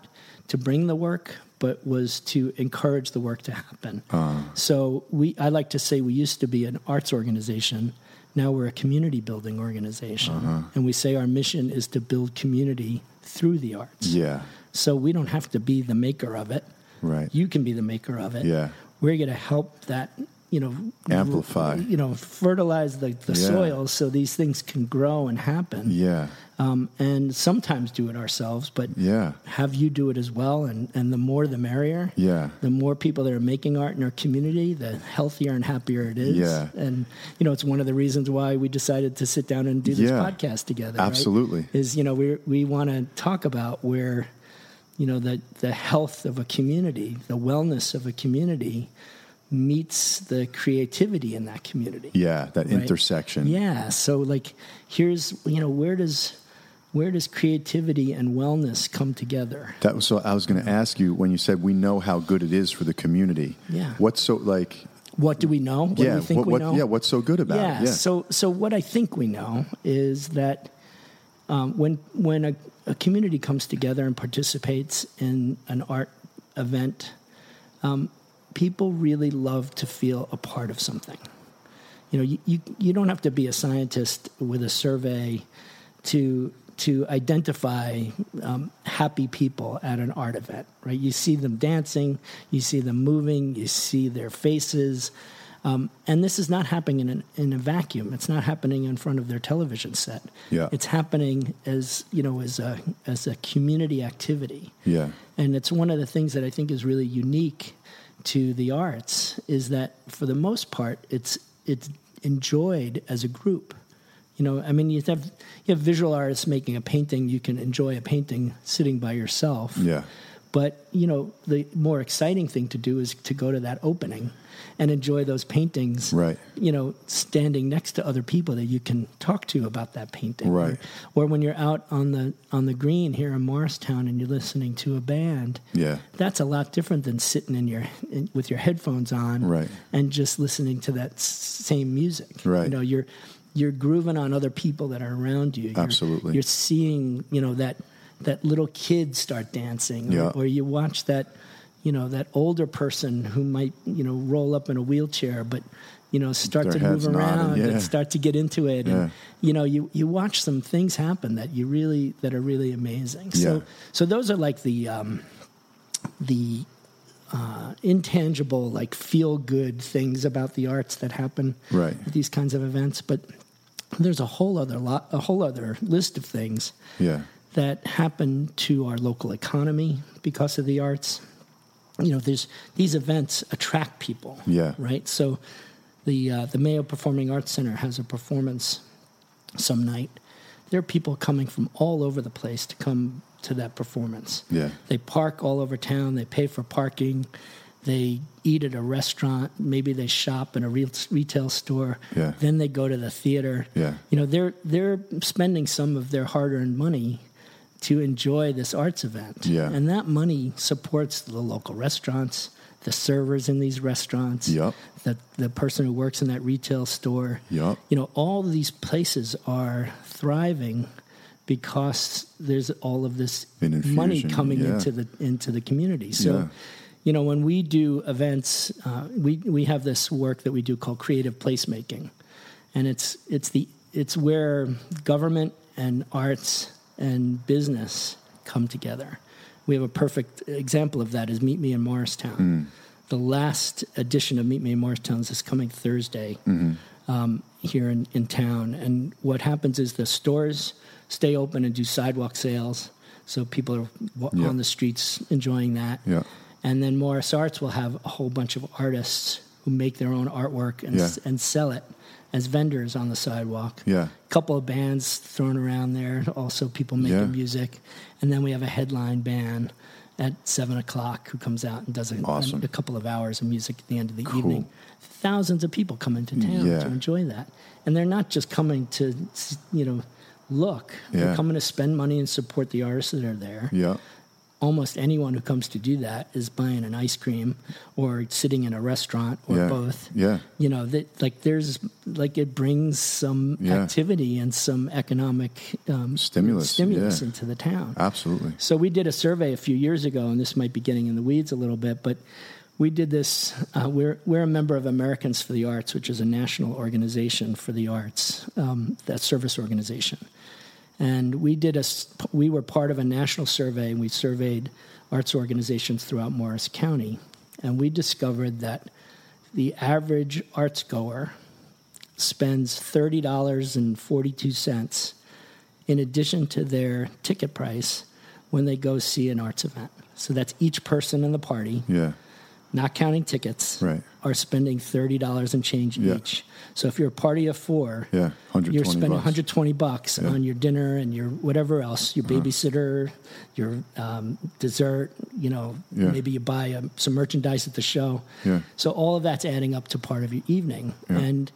to bring the work, but was to encourage the work to happen.
Ah.
So we, I like to say we used to be an arts organization. Now we're a community building organization.
Uh-huh.
And we say our mission is to build community through the arts.
Yeah.
So we don't have to be the maker of it.
Right.
You can be the maker of it.
Yeah.
We're going to help that, you know,
Amplify.
You know, fertilize the, the
Yeah.
soil so these things can grow and happen.
Yeah.
Um, and sometimes do it ourselves, but
Yeah.
have you do it as well. And, and the more the merrier.
Yeah.
The more people that are making art in our community, the healthier and happier it is.
Yeah.
And, you know, it's one of the reasons why we decided to sit down and do this
Yeah.
podcast together. right?
Absolutely.
Is, you know, we, we want to talk about where, you know, the, the health of a community, the wellness of a community meets the creativity in that community.
Yeah. That intersection.
Yeah. So like here's you know, where does where does creativity and wellness come together?
That was so. I was going to ask you when you said we know how good it is for the community.
Yeah.
What's so like?
What do we know? What
yeah.
do we think
what,
we
what,
know?
Yeah. What's so good about
yeah,
it? Yeah.
So so what I think we know is that um, when when a, a community comes together and participates in an art event, um, people really love to feel a part of something. You know, you, you you don't have to be a scientist with a survey to to identify um, happy people at an art event, right? You see them dancing, you see them moving, you see their faces. Um, and this is not happening in, an, in a vacuum. It's not happening in front of their television set.
Yeah.
It's happening as you know as a as a community activity.
Yeah.
And it's one of the things that I think is really unique to the arts is that for the most part it's it's enjoyed as a group. You know, I mean you have you have visual artists making a painting, you can enjoy a painting sitting by yourself.
Yeah.
But you know, the more exciting thing to do is to go to that opening and enjoy those paintings.
Right.
You know, standing next to other people that you can talk to about that painting.
Right.
Or, or when you're out on the on the green here in Morristown and you're listening to a band.
Yeah.
That's a lot different than sitting in your in, with your headphones on
Right.
and just listening to that s- same music.
Right.
You know, you're you're grooving on other people that are around you. You're-
Absolutely.
You're seeing, you know, that that little kid start dancing or,
Yeah.
or you watch that you know that older person who might you know roll up in a wheelchair but you know start
Their
to move
head's nodding,
around
yeah.
and start to get into it
Yeah.
and you know you, you watch some things happen that you really that are really amazing so
Yeah.
so those are like the um, the uh, intangible like feel good things about the arts that happen
Right.
at these kinds of events but there's a whole other lot a whole other list of things
Yeah.
that happen to our local economy because of the arts. You know, there's these events attract people.
Yeah.
Right. So, the uh, the Mayo Performing Arts Center has a performance some night. There are people coming from all over the place to come to that performance.
Yeah.
They park all over town. They pay for parking. They eat at a restaurant. Maybe they shop in a real retail store.
Yeah.
Then they go to the theater
Yeah.
you know they're they're spending some of their hard-earned money to enjoy this arts event
Yeah.
and that money supports the local restaurants the servers in these restaurants
Yep.
the, the person who works in that retail store
Yep.
you know all these places are thriving because there's all of this
An infusion,
money coming
yeah.
into the into the community. So,
Yeah.
you know, when we do events, uh, we we have this work that we do called creative placemaking, and it's it's the it's where government and arts and business come together. We have a perfect example of that is Meet Me in Morristown. The last edition of Meet Me in Morristown is this coming Thursday um, here in, in town. And what happens is the stores stay open and do sidewalk sales. So people are wa-
Yeah.
on the streets enjoying that.
Yeah.
And then Morris Arts will have a whole bunch of artists who make their own artwork and,
Yeah.
s- and sell it as vendors on the sidewalk.
Yeah.
couple of bands thrown around there, also people making
Yeah.
music. And then we have a headline band at 7 o'clock who comes out and does a,
Awesome.
a couple of hours of music at the end of the evening. Thousands of people come into town
Yeah.
to enjoy that. And they're not just coming to, s- you know, look.
Yeah.
They're coming to spend money and support the artists that are there
Yeah.
almost anyone who comes to do that is buying an ice cream or sitting in a restaurant or
Yeah.
both.
Yeah.
You know, that like there's like it brings some
Yeah.
activity and some economic um,
Stimulus,
stimulus
yeah.
into the town.
Absolutely.
So we did a survey a few years ago, and this might be getting in the weeds a little bit, but we did this. Uh, we're we're a member of Americans for the Arts, which is a national organization for the arts, um, that service organization. And we did a s- we were part of a national survey, and we surveyed arts organizations throughout Morris County, and we discovered that the average arts goer spends thirty dollars and forty two cents in addition to their ticket price when they go see an arts event. So that's each person in the party,
Yeah.
not counting tickets,
Right.
are spending thirty dollars and change
Yeah.
each. So if you're a party of four,
Yeah. Hundred
you're
twenty
spending
bucks.
120 bucks on your dinner and your whatever else,
Uh-huh.
your babysitter, your um, dessert. You know,
Yeah.
maybe you buy um, some merchandise at the show.
Yeah.
So all of that's adding up to part of your evening, and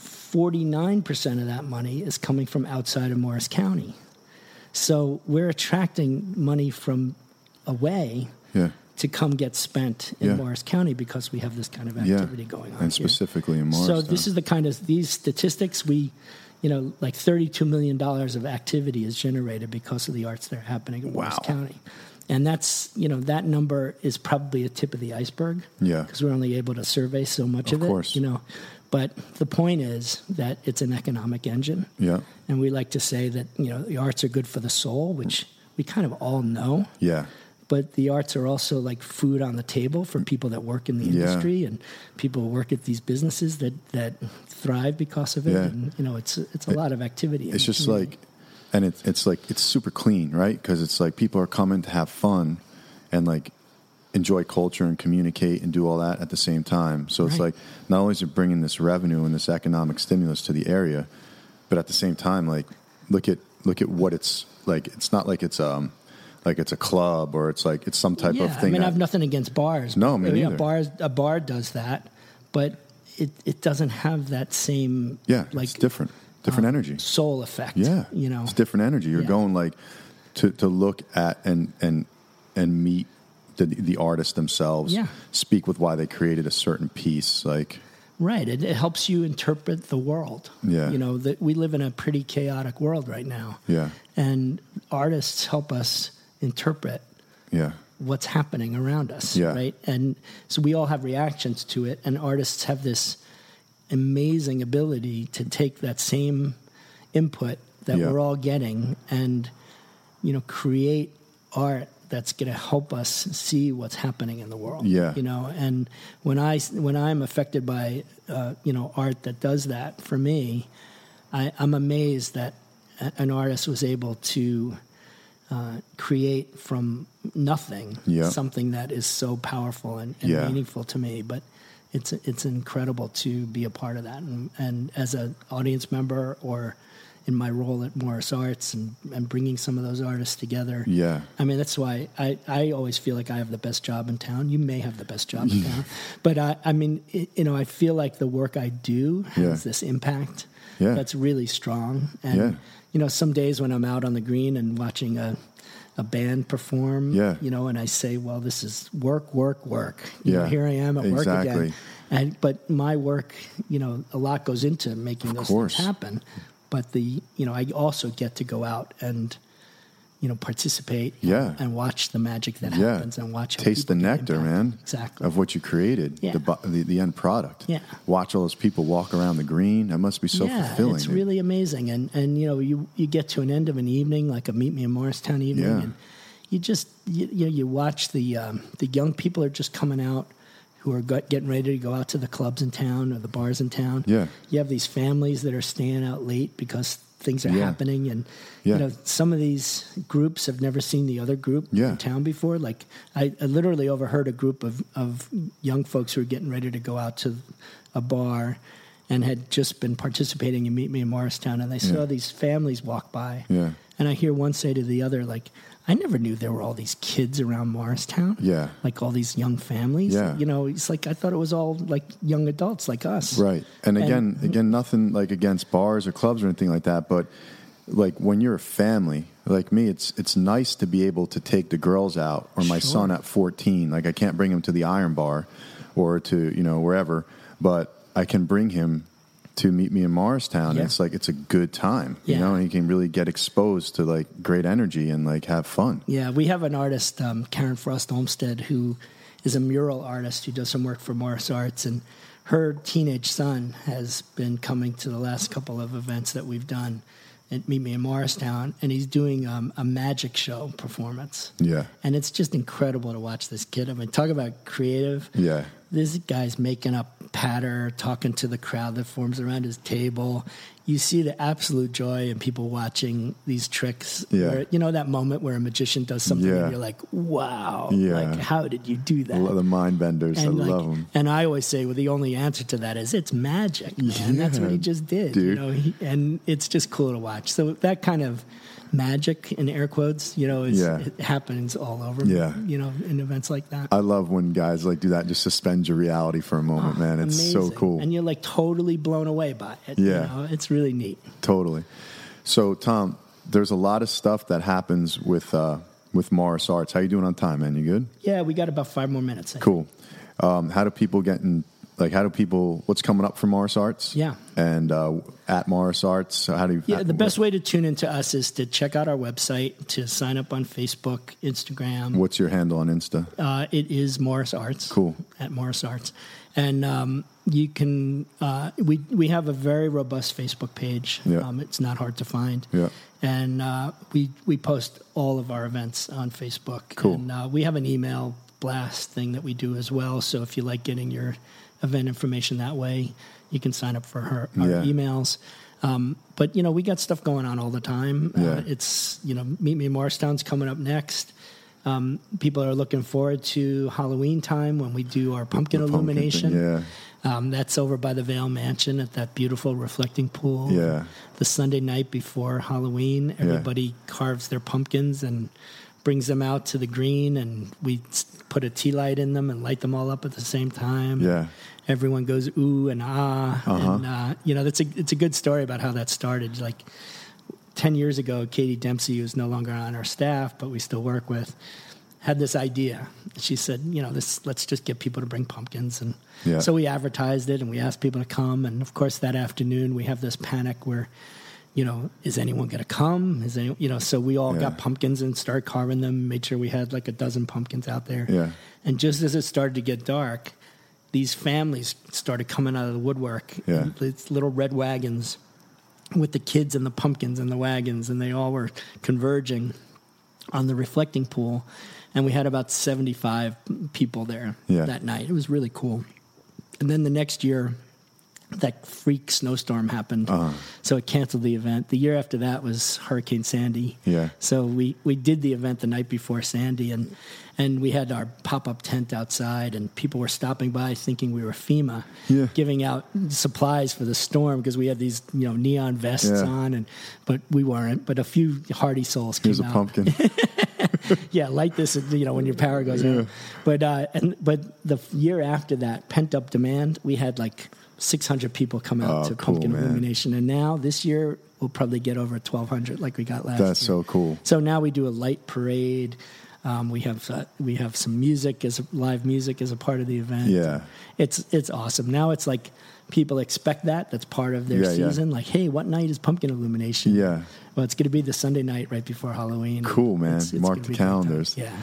49 percent of that money is coming from outside of Morris County. So we're attracting money from away
Yeah.
to come get spent in
Yeah.
Morris County because we have this kind of
Yeah.
activity going on.
and
here.
specifically in Mars.
So this is the kind of these statistics we, you know, like thirty-two million dollars of activity is generated because of the arts that are happening in Morris
Wow.
County, and that's you know that number is probably a tip of the iceberg.
Yeah.
because we're only able to survey so much of,
Of course.
it. You know, but the point is that it's an economic engine,
Yeah.
and we like to say that you know the arts are good for the soul, which
Mm.
we kind of all know
Yeah.
but the arts are also like food on the table for people that work in the
Yeah.
industry and people who work at these businesses that that thrive because of it.
Yeah.
And you know, it's it's a lot of activity.
It's just like, and it's it's like it's super clean, right? Because it's like people are coming to have fun, and like enjoy culture and communicate and do all that at the same time. So it's like
Right.
not only is it bringing this revenue and this economic stimulus to the area, but at the same time, like look at look at what it's like. It's not like it's um like it's a club or it's like it's some type
yeah,
of thing.
I mean,
that-
I've nothing against bars.
No, me
but, you know,
neither.
bars a bar does that, but it it doesn't have that same
yeah,
like uh,
it's different, different energy.
soul effect.
Yeah,
you know,
it's different energy. You're
Yeah.
going like to to look at and and and meet the the artists themselves.
Yeah.
speak with why they created a certain piece. Like
Right. It, it helps you interpret the world.
Yeah.
You know, that we live in a pretty chaotic world right now.
Yeah.
And artists help us interpret
yeah,
what's happening around us.
Yeah.
Right. And so we all have reactions to it. And artists have this amazing ability to take that same input that
Yeah.
we're all getting and, you know, create art that's going to help us see what's happening in the world.
Yeah.
You know, know and when i when i'm affected by uh, you know art that does that for me I, i'm amazed that a- an artist was able to uh, create from nothing
Yeah.
something that is so powerful and, and
Yeah.
meaningful to me but it's it's incredible to be a part of that and, and as an audience member or in my role at Morris Arts and, and bringing some of those artists together
yeah,
I mean, that's why I, I always feel like I have the best job in town. You may have the best job in
*laughs*
town. But I, I mean, it, you know, I feel like the work I do has
Yeah.
this impact
Yeah.
that's really strong. And,
Yeah.
you know, some days when I'm out on the green and watching a, a band perform,
Yeah.
you know, and I say, well, this is work, work, work. You know,
Yeah.
here I am at work
Exactly.
again. And, but my work, you know, a lot goes into making those
course.
things happen. But the you know I also get to go out and you know participate.
Yeah.
And watch the magic that
Yeah.
happens and watch how
Taste the
people get
nectar,
impacted.
man.
Exactly.
Of what you created,
Yeah.
the, bu- the the end product.
Yeah.
Watch all those people walk around the green. That must be so
yeah,
fulfilling.
It's really amazing. And and you know, you you get to an end of an evening like a meet me in Morristown evening
Yeah.
and you just you, you know, you watch the um, the young people are just coming out who are gut- getting ready to go out to the clubs in town or the bars in town.
Yeah.
You have these families that are staying out late because things are
Yeah.
happening and
Yeah.
you know some of these groups have never seen the other group
Yeah.
in town before like I, I literally overheard a group of, of young folks who were getting ready to go out to a bar and had just been participating in meet me in morristown and they saw
Yeah.
these families walk by
Yeah.
and i hear one say to the other like i never knew there were all these kids around morristown
Yeah.
like all these young families
Yeah.
you know it's like i thought it was all like young adults like us
Right. And again, again, nothing like against bars or clubs or anything like that, but like when you're a family, like me, it's it's nice to be able to take the girls out or my
Sure.
son at 14. Like I can't bring him to the Iron Bar or to, you know, wherever, but I can bring him to meet me in Morristown.
Yeah.
It's like it's a good time, you
Yeah.
know, and he can really get exposed to like great energy and like have fun.
Yeah, we have an artist, um, Karen Frost Olmsted, who is a mural artist who does some work for Morris Arts, and her teenage son has been coming to the last couple of events that we've done at Meet Me in Morristown, and he's doing um, a magic show performance.
Yeah.
And it's just incredible to watch this kid. I mean, talk about creative.
Yeah.
This guy's making up patter, talking to the crowd that forms around his table. You see the absolute joy in people watching these tricks.
Yeah.
Where, you know that moment where a magician does something
Yeah.
and you're like, "Wow!
Yeah.
Like, how did you do that?"
I love the mind benders. I
and like-
love them.
And I always say, well, the only answer to that is it's magic, man. That's what he
Yeah,
just did, you
dude.
know. He, and it's just cool to watch. So that kind of magic in air quotes, you know, is
Yeah.
it happens all over.
Yeah.
You know, in events like that.
I love when guys like do that and just suspend your reality for a moment, man. It's so
Amazing.
cool.
And you're like totally blown away by it. you
Yeah.
know? It's really neat.
Totally. So, Tom, there's a lot of stuff that happens with uh, with Morris Arts. How you doing on time, man? You good?
Yeah, we got about five more minutes. I think.
Cool. Um, how do people get in? Like, how do people? What's coming up for Morris Arts?
Yeah.
And uh, at Morris Arts, so how do you?
Yeah, the best way to tune into us is to check out our website, to sign up on Facebook, Instagram.
What's your handle on Insta?
Uh, it is Morris Arts.
Cool.
At Morris Arts, and um, you can uh, we we have a very robust Facebook page.
Yeah.
Um, it's not hard to find.
Yeah.
And uh, we we post all of our events on Facebook.
Cool.
And uh, we have an email blast thing that we do as well. So if you like getting your event information that way, you can sign up for her our
Yeah.
emails. Um, but you know we got stuff going on all the time.
Yeah.
Uh, it's you know Meet Me in Morristown's coming up next people are looking forward to Halloween time when we do our
Pumpkin
pumpkin
thing.
illumination.
Yeah.
Um, that's over by the Vale Mansion at that beautiful reflecting pool.
Yeah.
The Sunday night before Halloween, everybody carves their pumpkins and brings them out to the green, and we s- put a tea light in them and light them all up at the same time.
Yeah. Uh-huh.
Everyone goes ooh and ah, and uh, you know that's a it's a good story about how that started. Like 10 years ago, Katie Dempsey, who's no longer on our staff, but we still work with, had this idea. She said, you know, this, let's just get people to bring pumpkins. And
Yeah.
so we advertised it and we asked people to come. And of course, that afternoon, we have this panic where, you know, is anyone going to come? Is anyone, you know, so we all
Yeah.
got pumpkins and started carving them, made sure we had like a dozen pumpkins out there.
Yeah.
And just as it started to get dark, these families started coming out of the woodwork.
Yeah.
These little red wagons with the kids and the pumpkins and the wagons, and they all were converging on the reflecting pool. And we had about 75 people there
Yeah.
that night. It was really cool. And then the next year, that freak snowstorm happened.
Uh-huh.
So it canceled the event. The year after that was Hurricane Sandy.
Yeah.
So we, we did the event the night before Sandy, and, and we had our pop up tent outside, and people were stopping by thinking we were FEMA,
Yeah.
giving out supplies for the storm because we had these you know neon vests
Yeah.
on, and but we weren't. But a few hardy souls came
Here's a
out *laughs*
pumpkin.
yeah, light this, you know, when your power goes out. But uh, and but the f- year after that, pent up demand, we had like 600 people come out
Oh,
to
cool,
pumpkin
man.
illumination, and now this year we'll probably get over 1,200 like we got last.
That's
year.
so cool.
So now we do a light parade. Um, we have uh, we have some music as live music as a part of the event.
Yeah.
it's it's awesome. Now it's like people expect that. That's part of their
Yeah, yeah.
season. Like, hey, what night is pumpkin illumination?
Yeah.
well, it's going to be the Sunday night right before Halloween.
Cool, man.
It's- it's
Mark
gonna
the
be a great time.
calendars.
Yeah,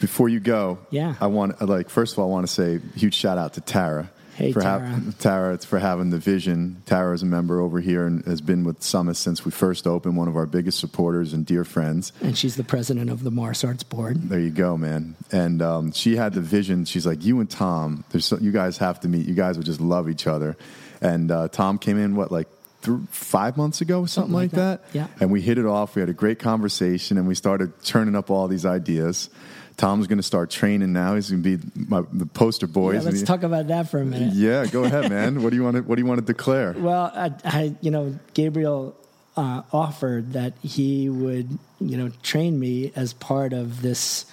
Before you go,
Yeah.
I want like first of all, I want to say huge shout out to Tara.
Hey,
for hav-
Tara.
*laughs* Tara, it's for having the vision. Tara is a member over here and has been with Summit since we first opened. One of our biggest supporters and dear friends.
and she's the president of the Mars Arts Board.
There you go, man. And um, she had the vision. She's like, you and Tom, there's so, you guys have to meet. You guys would just love each other. And uh, Tom came in what like th- five months ago, something, like that.
Yeah.
And we hit it off. We had a great conversation, and we started churning up all these ideas. Tom's going to start training now. He's going to be my, the poster boy.
Yeah,
He's
let's
gonna
talk about that for a
be-
minute.
Yeah, go ahead,
*laughs*
man. What do you want to What do you want to declare?
Well, I, I you know, Gabriel uh, offered that he would, you know, train me as part of this,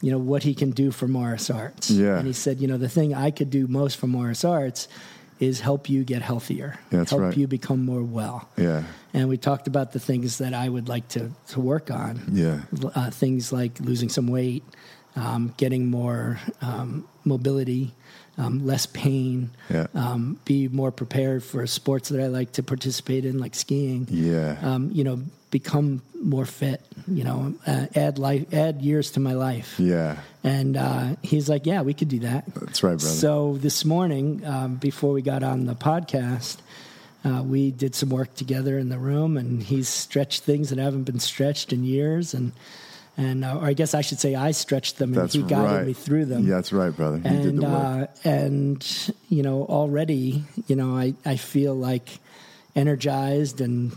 you know, what he can do for Morris Arts.
Yeah.
And he said, you know, the thing I could do most for Morris Arts is help you get healthier,
Yeah, that's
help
right.
you become more well.
Yeah,
And we talked about the things that I would like to, to work on.
yeah,
Uh, things like losing some weight, um, getting more um, mobility, um, less pain,
Yeah.
um, be more prepared for sports that I like to participate in, like skiing.
yeah.
Um, you know, become more fit. You know, uh, add life, add years to my life.
yeah,
And uh, he's like, "Yeah, we could do that."
that's right, brother.
So this morning, um, before we got on the podcast, uh, we did some work together in the room, and he's stretched things that haven't been stretched in years, and and uh, or I guess I should say I stretched them, and
that's
he guided
right.
me through them.
Yeah, that's right, brother. You did
And
the work.
uh, and you know already you know I, I feel like energized and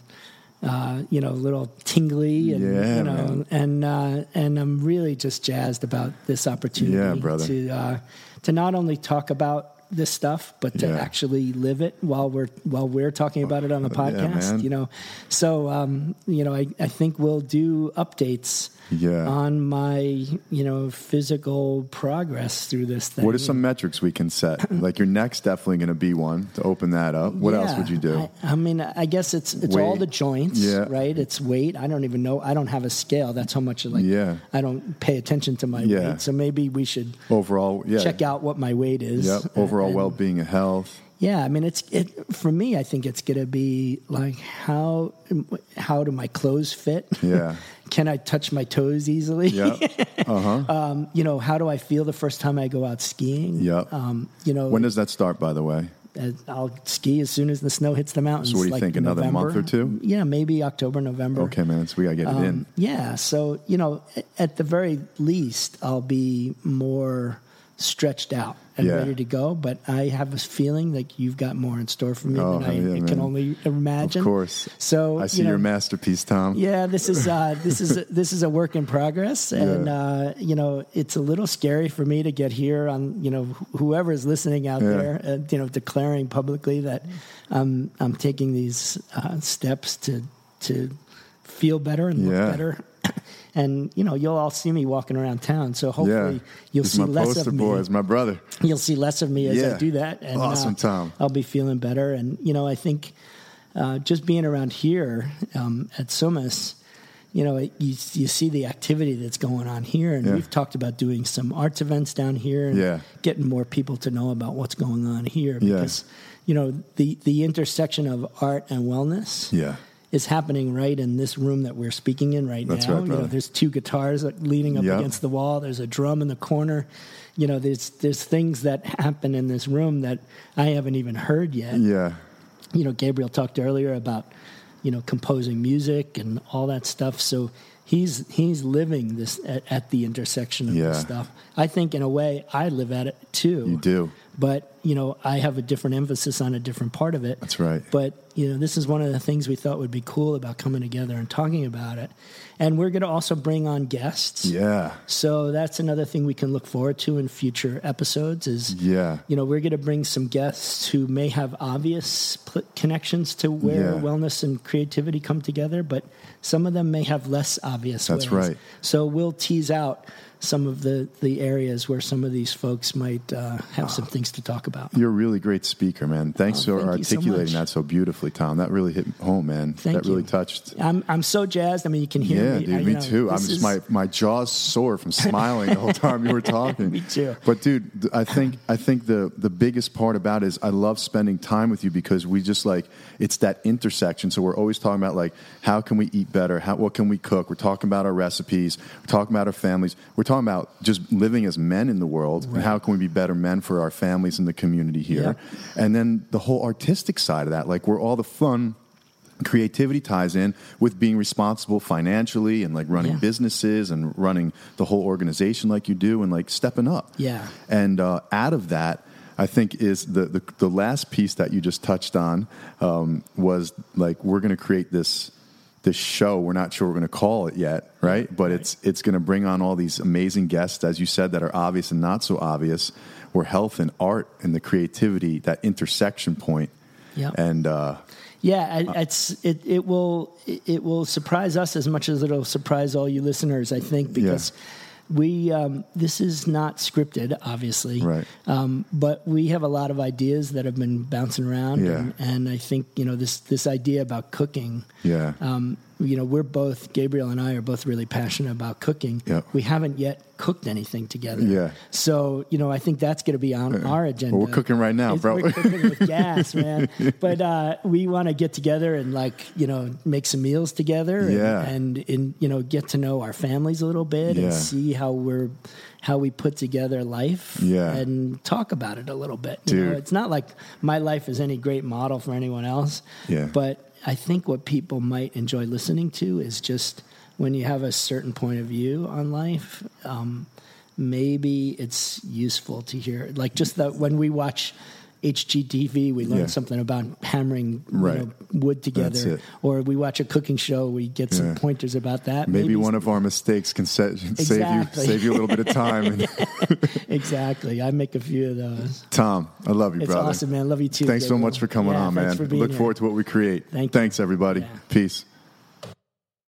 uh, you know a little tingly and
Yeah,
you know
man.
and uh, and I'm really just jazzed about this opportunity
Yeah, brother.
to uh, to not only talk about this stuff but to
Yeah.
actually live it while we're while we're talking about it on the
Uh, Yeah,
podcast
man.
you know so um, you know I, I think we'll do updates
Yeah.
on my you know physical progress through this thing
What are some metrics we can
*clears throat*
set? Like your neck's definitely going to be one to open that up. What else
Yeah.
would you do?
I, I mean, I guess it's it's all
Weight.
the joints,
Yeah.
right? It's weight. I don't even know. I don't have a scale. That's how much like
Yeah.
I don't pay attention to my
Yeah.
weight. So maybe we should
Overall, yeah.
check out what my weight is.
Yep. Overall
*laughs* And-
well-being and
*laughs*
health.
Yeah, I mean, it's it for me. I think it's gonna be like how how do my clothes fit?
Yeah.
*laughs* Can I touch my toes easily?
Yeah. Uh huh.
*laughs* Um, you know, how do I feel the first time I go out skiing?
Yep.
Um, you know,
When does that start? By the way,
uh, I'll ski as soon as the snow hits the mountains.
So what do you
like
think, another month
November.
or two?
Yeah, maybe October, November.
okay, man, so we got to get it in.
Um, yeah, so you know, a- at the very least, I'll be more stretched out and
Yeah.
ready to go. But I have a feeling like you've got more in store for me
Oh,
than I
hell yeah,
can
man.
only imagine.
Of course.
So
I see
you know,
your masterpiece, Tom.
yeah, this is uh, this
*laughs*
is this is a work in progress, and
Yeah.
uh, you know it's a little scary for me to get here on you know wh- whoever is listening out
Yeah.
there, uh, you know, declaring publicly that I'm I'm taking these uh, steps to to feel better and look
Yeah.
better, *coughs* and you know you'll all see me walking around town, so hopefully
Yeah.
you'll
He's
see
my
less
poster
of me
boy. He's my brother.
you'll see less of me as I
Yeah.
do that. And,
Awesome,
uh,
Tom.
I'll be feeling better. And, you know, I think uh, just being around here um, at Sumas, you know, it, you, you see the activity that's going on here. And
Yeah.
we've talked about doing some arts events down here and
Yeah.
getting more people to know about what's going on here.
Yeah.
Because, you know, the, the intersection of art and wellness
Yeah.
is happening right in this room that we're speaking in right
That's
now.
right,
you know,
brother.
there's two guitars like, leaning up
Yeah.
against the wall. There's a drum in the corner. You know, there's there's things that happen in this room that I haven't even heard yet.
Yeah.
You know, Gabriel talked earlier about you know composing music and all that stuff. So he's he's living this at, at the intersection of
Yeah.
this stuff. I think in a way I live at it too.
You do.
But you know, I have a different emphasis on a different part of it.
That's right.
But you know, this is one of the things we thought would be cool about coming together and talking about it. And we're going to also bring on guests.
Yeah.
So that's another thing we can look forward to in future episodes. Is
Yeah.
you know we're going to bring some guests who may have obvious pl- connections to where
Yeah.
wellness and creativity come together, but some of them may have less obvious.
That's
ways.
right.
So we'll tease out some of the, the areas where some of these folks might uh,
Ah.
have some things to talk about.
You're a really great speaker, man. Thanks
Oh,
for
thank you so
articulating
much.
that so beautifully, Tom. That really hit home, man.
Thank
that really
you.
touched.
I'm I'm so jazzed. I mean, you can hear
Yeah,
me.
dude,
I- you
me
know,
too. I'm
this
just
is-
my my jaw's sore from smiling the whole time
*laughs*
you were talking.
Me too.
But dude, th- I think I think the the biggest part about it is I love spending time with you because we just like it's that intersection. So we're always talking about like how can we eat better? How what can we cook? We're talking about our recipes. We're talking about our families. We're talking about just living as men in the world and how can we be better men for our families and the community here. And then the whole artistic side of that, like where all the fun creativity ties in with being responsible financially and like running
Yeah.
businesses and running the whole organization like you do and like stepping up.
Yeah.
And uh, out of that, I think is the, the the last piece that you just touched on um, was like we're going to create this this show. We're not sure we're going to call it yet, right? But it's it's going to bring on all these amazing guests, as you said, that are obvious and not so obvious. Where health and art and the creativity that intersection point,
Yeah.
and uh,
Yeah, I- it's it it will it it will surprise us as much as it'll surprise all you listeners. I think because we um, this is not scripted, obviously,
Right.
Um, but we have a lot of ideas that have been bouncing around,
Yeah.
and, and I think you know this this idea about cooking.
yeah,
Um, you know, we're both Gabriel and I are both really passionate about cooking.
Yeah.
We haven't yet cooked anything together.
Yeah.
So you know, I think that's going to be on our agenda.
Well, we're cooking right now,
It's-
bro.
We're cooking
*laughs*
with gas, man. But uh, we want to get together and like you know make some meals together. and-
Yeah.
And, in you know get to know our families a little bit
Yeah.
and see how we're how we put together life.
Yeah.
And talk about it a little bit. You know,
Dude.
it's not like my life is any great model for anyone else.
Yeah.
But I think what people might enjoy listening to is just when you have a certain point of view on life, um, maybe it's useful to hear. Like just that when we watch HGTV, we learn
Yeah.
something about hammering you
Right.
know, wood
That's
together,
it.
or we watch a cooking show, we get some
Yeah.
pointers about that.
Maybe, one of our mistakes can set,
Exactly.
save you save you a little
*laughs*
bit of time.
exactly. I make a few of those.
Tom, I love you,
It's
brother.
awesome, man. Love you too.
Thanks so
Gabriel.
much for coming
Yeah,
on,
thanks
man.
for being
Look
here.
forward to what we create.
Thank you.
Thanks, everybody.
Yeah.
Peace.